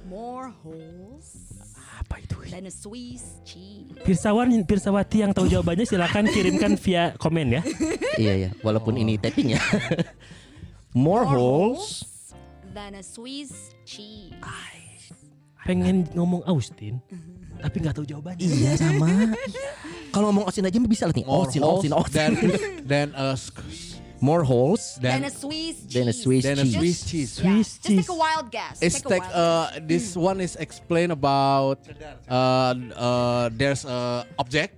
G: More holes
A: Apa itu?
G: than a Swiss cheese.
B: Pirsawan, Pirsawati yang tahu jawabannya silakan kirimkan via komen ya.
A: Iya, iya. Walaupun ini taping ya. More [laughs] holes.
G: than a Swiss cheese.
B: Pengen ngomong Austin, tapi nggak tahu jawabannya.
A: Iya sama. Kalau ngomong osin aja bisa lah nih.
C: More
A: Osin,
C: holes
A: osin,
C: than [laughs]
A: osin.
C: than a sc-
A: More holes [laughs]
G: Than
C: than
G: a Swiss cheese.
A: than a Swiss
C: than a
A: cheese.
C: Swiss cheese.
G: Yeah,
B: Swiss
G: Just take
B: cheese.
G: a wild guess.
C: It's
G: take a
C: like
G: wild
C: uh, this one is explained about uh, uh, there's a object,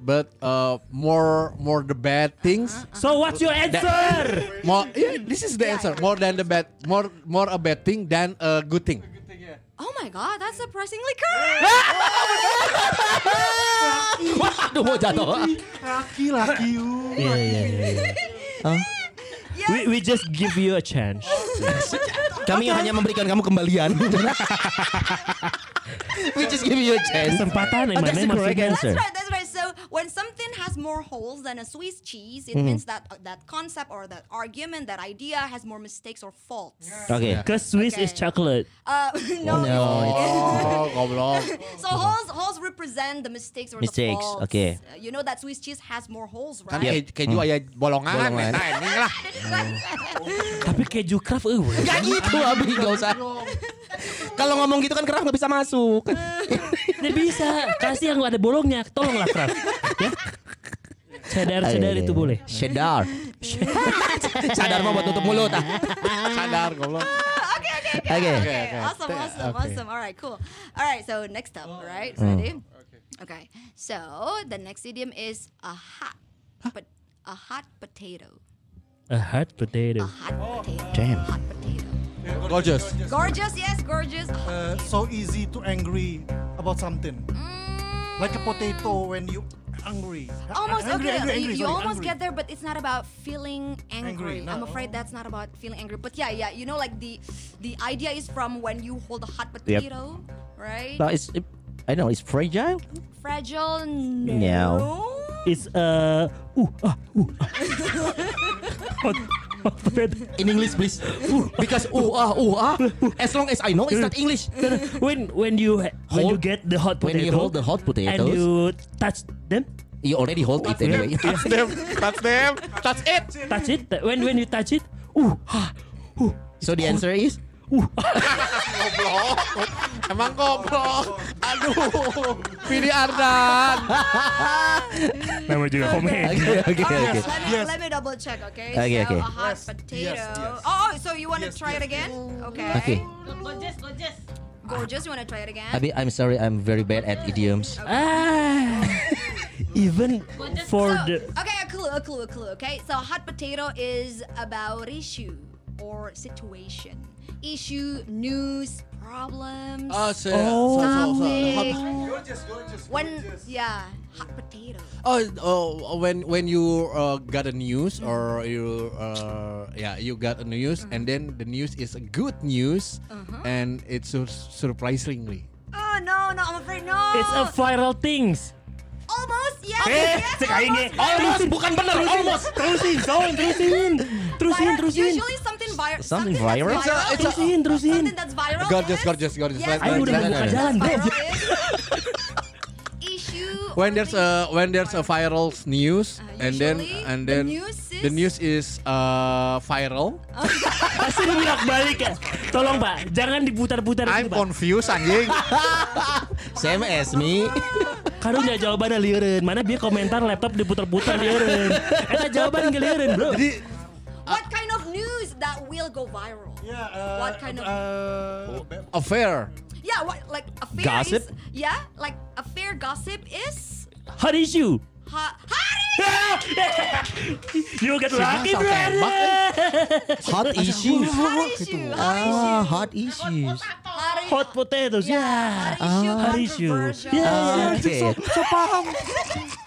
C: but uh, more more the bad things.
B: So what's your answer?
C: More Uh-huh. yeah, this is the answer. More than the bad, more more a bad thing than a good thing.
G: guess. Oh my god, that's surprisingly correct.
A: Wah, aduh mau jatuh.
F: Laki-laki you.
B: Iya, iya, iya, iya. We we just give you a chance.
A: Kami hanya memberikan kamu [laughs] kembalian. We just give you a chance.
B: Kesempatan yang
A: That's
B: mana
A: the correct
B: maksudnya?
A: answer.
G: That's right, that's right. So when something has more holes than a Swiss cheese, it means that uh, that concept or that argument, that idea has more mistakes or faults.
A: Oke.
B: Cause Swiss is chocolate.
G: Uh, no.
A: no,
C: [laughs] Oh, goblok.
G: So holes holes represent the mistakes or
A: Uh-huh. Mistakes,
G: the faults.
A: okay.
G: Uh, you know that Swiss cheese has more holes,
C: Kan
G: right?
C: ke- keju aya bolongan,
A: Bolongan.
C: eta ending lah.
B: Tapi keju craft eh. [laughs] weh.
A: Gak gitu Abi, gak usah. Kalau ngomong gitu kan kerah nggak bisa masuk.
B: Nggak bisa. Kasih yang ada bolongnya. Tolonglah craft. Ya. Cedar cedar Nah, itu boleh.
A: [laughs] Cheddar. Cheddar mah buat tutup mulut ah.
C: Sadar goblok.
G: Ah, okay, okay, okay,
A: Okay.
G: okay,
A: Okay,
C: okay.
G: Awesome,
C: Okay.
G: awesome, awesome. All right, cool. All right, so next up,
F: Oh.
G: all right,
A: Mm.
G: ready? Okay. so the next idiom is a hot, but a hot potato.
B: A hot potato.
G: A hot
F: Oh.
G: potato.
A: Damn.
G: Hot potato.
C: Gorgeous.
G: Gorgeous, yes, gorgeous. A hot
F: Uh, so easy to angry about something. Like a potato when you angry.
G: Mm. Almost
F: angry,
G: okay.
F: Angry, angry,
G: you- you
F: sorry,
G: almost
F: angry.
G: get there, but it's not about feeling angry.
F: Angry, no.
G: I'm afraid that's not about feeling angry. But yeah, yeah, you know, like the the idea is from when you hold a hot potato, right?
A: No, it's it, I know it's fragile.
G: Fragile. No.
B: It's uh, ooh, ah, [laughs] ooh, ah. hot, hot potato.
A: In English, [laughs] please. Because ooh ah ooh ah. As long as I know, it's not English.
B: [laughs] When when you ha- when you
A: Hold-
B: get the hot
A: When
B: potato
A: you hold the hot
B: and
A: potatoes, you,
B: you touch them,
A: already hold it anyway.
C: Touch them. Touch them. Touch it.
B: touch it. When when you touch it, ooh, ah, ooh,
A: [laughs] so the answer is
B: ooh.
C: Goblok. Emang goblok. Aduh. Pilih Ardan.
B: Nama juga komen.
A: [laughs] okay okay okay.
G: All right, let, me,
F: Yes.
G: let me double check, okay?
A: Okay,
G: so
A: okay.
G: a hot
F: Yes,
G: potato.
F: yes, yes.
G: Oh, oh, so you want to
F: Yes,
G: try it
F: yes,
G: again? Okay.
A: Okay.
I: Gorgeous, gorgeous.
G: Gorgeous, you want to try it again?
A: Abi, I'm sorry, I'm very bad at idioms.
B: Ah, even for
G: So,
B: the
G: okay, a clue, a clue, a clue, okay? So hot potato is about issue or situation. Issue, news, problems.
C: Oh, se-
B: Oh.
C: so- so- so-
G: topic.
C: hot-
G: When, yeah, hot potato.
C: Oh, oh, when when you uh, got a news or you uh, yeah you got a news
G: Mm-hmm.
C: and then the news is a good news
G: Uh-huh.
C: and it's sur- surprisingly.
G: Oh, no, no, I'm afraid, no.
B: it's a viral things.
G: Almost, yes,
B: Eh,
G: yes,
B: cek aing
G: almost.
B: eh. Almost bukan bener, almost. Terusin, sound, terusin. Terusin,
G: Viral-
B: terusin.
G: Usually something, vir-
A: Something
G: that's
A: viral?
C: It's a- it's a-
B: Terusin, terusin.
G: Something that's viral.
C: Gorgeous,
G: yes.
C: gorgeous, gorgeous.
G: Yes,
C: Ayo,
G: yes,
C: udah
G: yes,
C: buka
G: yes,
B: jalan, bro.
G: viral is issue.
C: When
G: or
C: there's
G: thing-
C: a when there's a viral news
G: Uh,
C: and then
G: usually
C: and
G: the
C: then
G: news is- Oh,
C: the news is uh, viral.
B: Pasti [laughs] bolak balik ya. Tolong pak, jangan diputar-putar
C: I'm
B: itu pak.
C: confused anjing.
G: [laughs]
A: Same as me.
B: Karunya jawabannya liurin. Mana biar komentar laptop diputar-putar liurin. [laughs] Eta jawaban ngeliurin bro.
C: Jadi
G: What kind of news that will go viral?
F: Yeah, uh,
G: What kind of-
F: Uh,
C: affair.
G: Yeah, what like affair
A: Gossip?
G: is yeah, like affair gossip is
B: Hot issue.
G: hot. Hari!
B: You get lucky
C: Siapa
B: brother.
C: tembak, eh?
A: Hot issues.
G: Hot issue. Hot issue.
A: Ah, hot issues.
G: Hari-
B: Hot potatoes,
G: Ya.
B: yeah.
G: Hot
B: Hari
G: issue.
B: Ah, issue.
G: controversial.
B: Yeah.
A: Okay.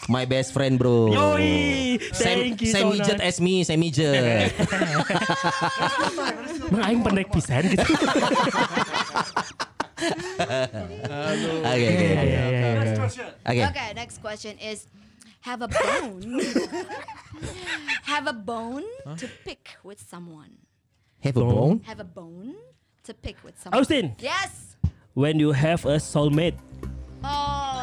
A: My best friend, bro.
B: Yoi,
A: Same,
B: thank you
A: same
B: so
A: midget
B: much.
A: as me, same [laughs] midget.
B: Emang aing pendek eh, pisan gitu.
A: Okay, okay, okay. Okay.
G: Okay, next question is have a bone. have a bone to pick with someone.
A: Have a [laughs] bone?
G: Have a bone to pick with
B: [laughs]
G: someone.
B: Austin,
G: Yes.
B: when you have a soulmate,
G: Oh,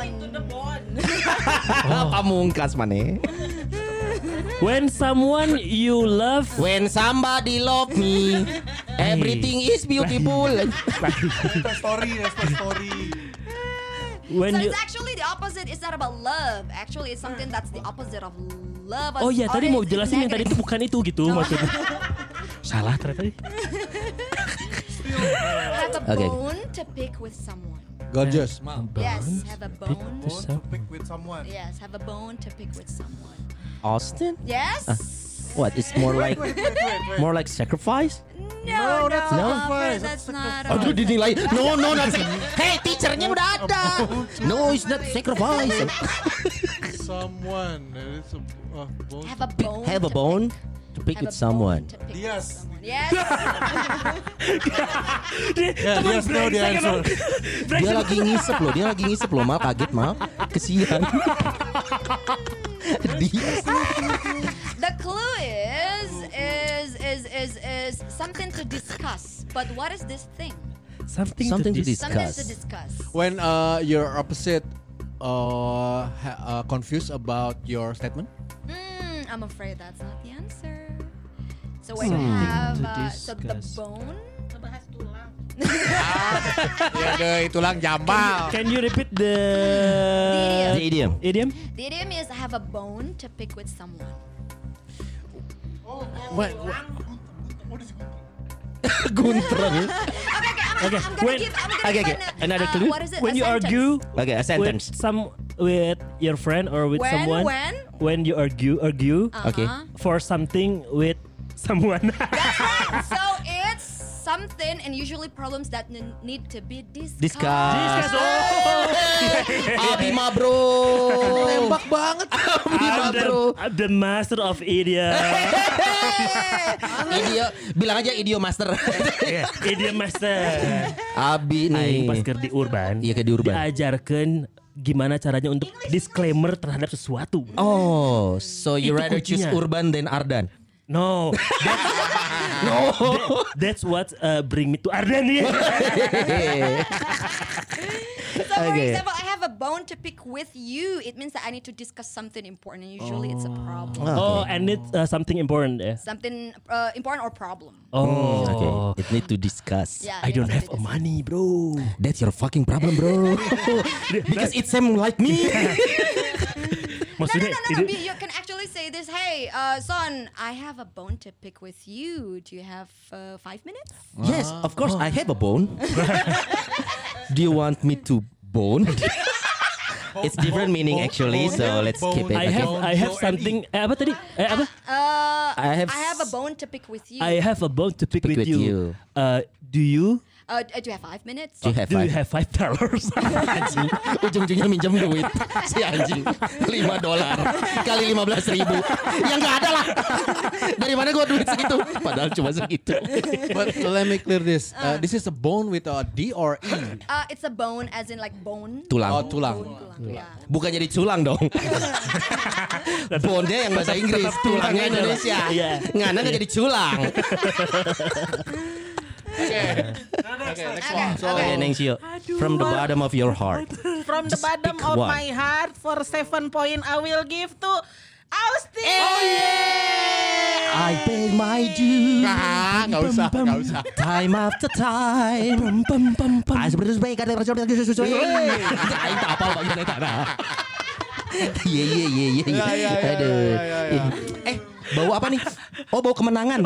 A: Pamungkas mana?
B: when someone you love,
A: When somebody love me, everything is beautiful.
F: [laughs] Toy story, yes, Toy story.
B: when
G: so
B: you
G: it's actually the opposite. It's not about love. Actually, it's something that's the opposite of love.
B: Oh iya,
G: Or
B: tadi
G: it's-
B: mau
G: it's
B: jelasin yang tadi itu
G: negative.
B: bukan itu gitu
G: [laughs]
B: maksudnya. Salah ternyata.
G: Have a
A: Okay.
G: bone to pick with someone.
C: Gorgeous. Mal.
G: Yes, have a bone.
F: Bone to pick with someone.
G: Yes, have a bone to pick with someone.
A: Austin?
G: Yes.
A: Ah. What? It's more like more like sacrifice?
G: No, no,
F: that's
G: no,
F: not
G: Alfred,
F: fine.
G: that's not.
A: Aduh
G: okay.
A: dinilai. No, no, not [laughs] sac- Hey, teachernya udah ada. No, it's not sacrifice.
F: Someone. It's a, uh, both.
G: Have a bone.
A: Have a
G: to
A: bone to
G: pick-
A: pick
G: have a
A: with someone.
G: bone to pick with
F: Yes.
G: someone.
A: [laughs]
G: Yes.
F: Yeah, yes, no, the
G: [laughs]
F: answer.
B: [laughs]
A: Dia lagi ngisep loh, dia lagi ngisep loh. Mal kaget, Mal. [laughs] Kesian. dia
G: The clue is is is is is something to discuss. But what is this thing?
B: Something,
A: Something
B: to
A: to
B: this.
G: Something to
A: Discuss.
G: discuss.
C: When uh, you're opposite, uh, ha- uh, confused about your statement.
G: Mm, I'm afraid that's not the answer. So when you have
B: to
G: uh, so the
B: discuss.
G: bone.
I: Ngebahas tulang.
C: ya deh, tulang jambal.
B: Can you repeat the
A: The idiom.
B: idiom?
G: The idiom is have a bone to pick with someone.
C: What,
A: Guntreng.
G: Okay, okay, I'm,
B: Okay,
G: I'm gonna
B: when-
G: give. I'm gonna
A: okay, okay.
G: give an-
B: Another
G: uh,
B: clue.
G: What is it?
B: When
G: A
B: you
G: sentence.
B: argue
A: Okay, a sentence.
B: with some with your friend or with
G: When,
B: someone
G: when? Ah.
B: when you argue argue
A: Okay.
B: for something with
G: [laughs]
B: someone.
G: Uh-huh. so it's something and usually problems that n- need to be discussed.
A: Discuss.
B: Oh.
A: [laughs]
G: [laughs]
A: Abima bro. Nembak banget. Abima
B: I'm the,
A: bro. [laughs]
B: I'm the master of
A: Oh,
B: idiom.
A: Idio, bilang aja idio [laughs] master. iya.
B: idiom
A: [laughs]
B: master.
A: Abi
B: Aing
A: nih.
B: pas ker di urban.
A: Iya, ke di urban.
B: Diajarkan gimana caranya untuk disclaimer terhadap sesuatu.
A: Oh, so you
B: Itu
A: rather choose
B: kuncinya.
A: Urban than Ardan?
B: No.
A: [laughs]
B: That's, no. that's what uh, bring me to Arden.
A: [laughs]
B: Yeah.
G: So for
A: Okay.
G: example, I have a bone to pick with you. It means that I need to discuss something important, and usually it's a problem.
A: Ah.
B: Oh, and it's uh, something important. eh.
G: Something uh, important or problem.
B: [laughs] Oh.
A: Hmm, Okay, it need to discuss.
G: Yeah,
B: I
G: it
B: don't
G: needs
B: have a
G: to be
B: money, bro.
A: That's your fucking problem,
B: [laughs]
A: bro. Because it's same like me.
G: discussed. No,
B: Maksudnya
G: no, no, no,
B: ide-
G: You you can actually say this. Hey, uh, son, I have a bone to pick with you. Do you have uh, five minutes?
A: yes, of course I have a
B: [laughs]
A: bone. Do you want me to
B: [laughs]
A: bone? it's different meaning actually, so let's keep it.
B: I have I have something eh, apa tadi? Eh, apa?
G: Uh, um,
A: I have
G: a
A: s-
G: bone to pick with you.
B: I have a bone to pick,
A: Pick with
B: with,
A: you.
B: you. Uh, do you
G: uh, do you have five minutes?
A: Do you have
B: do
A: five?
B: you have five dollars?
A: Anjing, [laughs] ujung-ujungnya minjem duit [laughs] si anjing 5 dolar kali 15 ribu yang nggak ada lah [laughs] dari mana gua duit segitu padahal cuma
B: [laughs]
A: segitu
C: But let me clear this. Uh, this is a bone with a D or E.
G: Uh, it's a bone, as in like bone.
A: tulang
C: Oh, tulang.
G: Tulang, yeah.
A: bukan jadi culang [laughs] dong bondnya yang bahasa Inggris tulangnya Indonesia
B: Iya.
A: ngana nggak jadi [laughs] culang
G: Okay.
C: So,
A: okay, Neng Shio from the bottom of your heart
C: [laughs]
I: From the bottom
A: pick
I: of
A: one.
I: my heart for seven point I will give to Austin.
A: Oh, I pay my [laughs] dues
C: ah, nggak usah, nggak usah.
A: time after time Ah, seperti itu sebaik ada rasa berarti susu susu. Aing tak apal bagi mereka. Iya iya iya iya.
C: Ya, ya, ya,
A: Aduh.
C: ya, ya, ya.
A: Eh, bau apa nih? Oh, bau kemenangan.